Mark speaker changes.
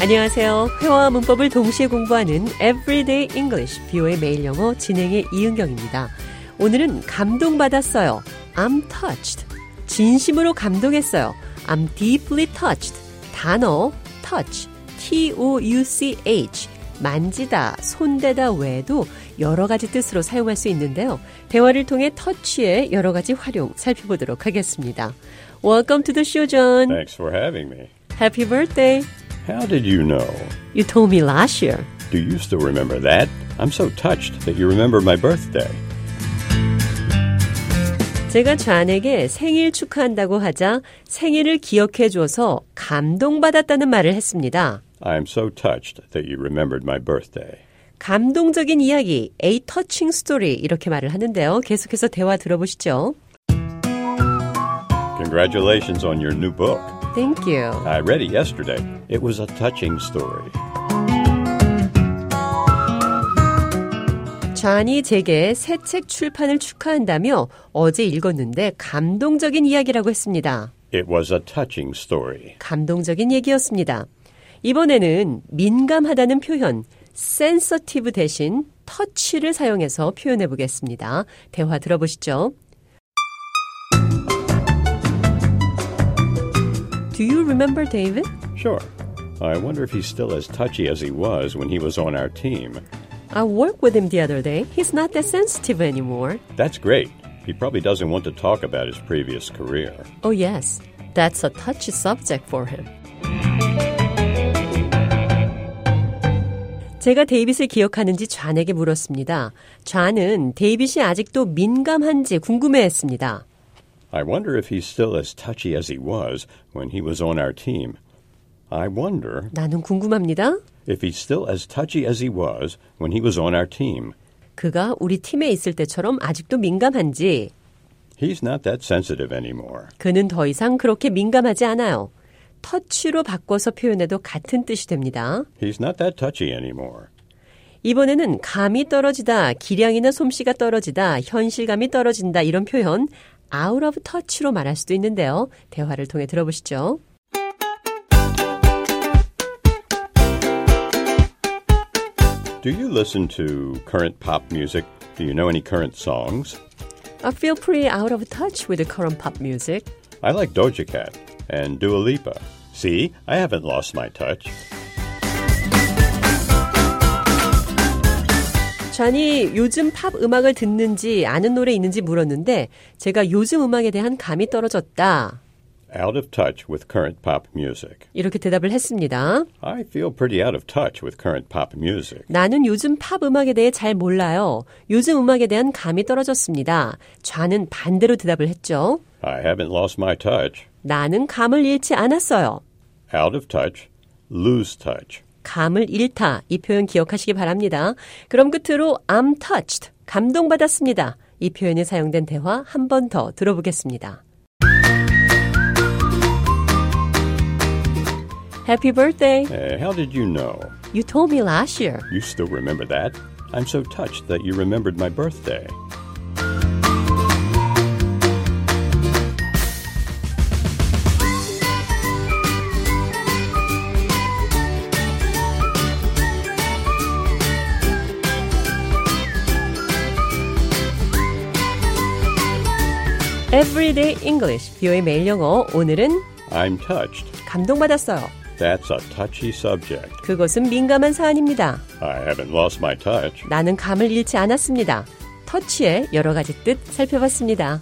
Speaker 1: 안녕하세요. 회화와 문법을 동시에 공부하는 Everyday English, 비오의 매일 영어 진행의 이은경입니다. 오늘은 감동받았어요. I'm touched. 진심으로 감동했어요. I'm deeply touched. 단어 touch, T-O-U-C-H. 만지다, 손대다 외에도 여러 가지 뜻으로 사용할 수 있는데요. 대화를 통해 터치의 여러 가지 활용 살펴보도록 하겠습니다. Welcome to the show, John.
Speaker 2: Thanks for having me.
Speaker 1: Happy birthday.
Speaker 2: How did you know?
Speaker 1: You told me last year.
Speaker 2: Do you still remember that? I'm so touched that you remember my birthday.
Speaker 1: 제가 좌안에게 생일 축하한다고 하자 생일을 기억해줘서 감동받았다는 말을 했습니다.
Speaker 2: I am so touched that you remembered my birthday.
Speaker 1: 감동적인 이야기, a touching story 이렇게 말을 하는데요. 계속해서 대화 들어보시죠.
Speaker 2: Congratulations on your new book.
Speaker 1: Thank you.
Speaker 2: I read it yesterday. It was a touching story.
Speaker 1: 좌안이 제게 새 책 출판을 축하한다며 어제 읽었는데 감동적인 이야기라고 했습니다.
Speaker 2: It was a touching story.
Speaker 1: 감동적인 얘기였습니다. 이번에는 민감하다는 표현 sensitive 대신 터치를 사용해서 표현해 보겠습니다. 대화 들어보시죠. Do you remember David?
Speaker 2: Sure. I wonder if he's still as touchy as he was when he was on our team.
Speaker 1: I worked with him the other day. He's not that sensitive anymore.
Speaker 2: That's great. He probably doesn't want to talk about his previous career.
Speaker 1: Oh, yes. That's a touchy subject for him. 제가 데이빗을 기억하는지 좌에게 물었습니다. 좌는 데이빗이 아직도 민감한지 궁금해했습니다.
Speaker 2: I wonder if he's still as touchy as he was when he was on our team. I wonder
Speaker 1: 나는 궁금합니다.
Speaker 2: if he's still as touchy as he was when he was on our team.
Speaker 1: 그가 우리 팀에 있을 때처럼 아직도 민감한지
Speaker 2: He's not that sensitive anymore.
Speaker 1: 그는 더 이상 그렇게 민감하지 않아요. 터치로 바꿔서 표현해도 같은 뜻이 됩니다.
Speaker 2: He's not that touchy anymore.
Speaker 1: 이번에는 감이 떨어지다, 기량이나 솜씨가 떨어지다, 현실감이 떨어진다 이런 표현 out of touch로 말할 수도 있는데요. 대화를 통해 들어보시죠.
Speaker 2: Do you listen to current pop music? Do you know any current songs?
Speaker 1: I feel pretty out of touch with the current pop music.
Speaker 2: I like Doja Cat and Dua Lipa. See, I haven't lost my touch.
Speaker 1: 잔이 요즘 팝 음악을 듣는지 아는 노래 있는지 물었는데 제가 요즘 음악에 대한 감이 떨어졌다.
Speaker 2: Out of touch with current pop music.
Speaker 1: 이렇게 대답을 했습니다.
Speaker 2: I feel pretty out of touch with current pop music.
Speaker 1: 나는 요즘 팝 음악에 대해 잘 몰라요. 요즘 음악에 대한 감이 떨어졌습니다. 좌는 반대로 대답을 했죠.
Speaker 2: I haven't lost my touch.
Speaker 1: 나는 감을 잃지 않았어요.
Speaker 2: Out of touch, lose touch.
Speaker 1: 감을 잃다. 이 표현 기억하시기 바랍니다. 그럼 끝으로 I'm touched. 감동받았습니다. 이 표현이 사용된 대화 한 번 더 들어보겠습니다. Happy birthday.
Speaker 2: Eh, how did you know?
Speaker 1: You told me last year.
Speaker 2: You still remember that? I'm so touched that you remembered my birthday.
Speaker 1: Everyday English. 비오의 매일 영어. 오늘은
Speaker 2: I'm touched.
Speaker 1: 감동받았어요.
Speaker 2: That's a touchy subject.
Speaker 1: 그것은 민감한 사안입니다.
Speaker 2: I haven't lost my touch.
Speaker 1: 나는 감을 잃지 않았습니다. 터치의 여러 가지 뜻 살펴봤습니다.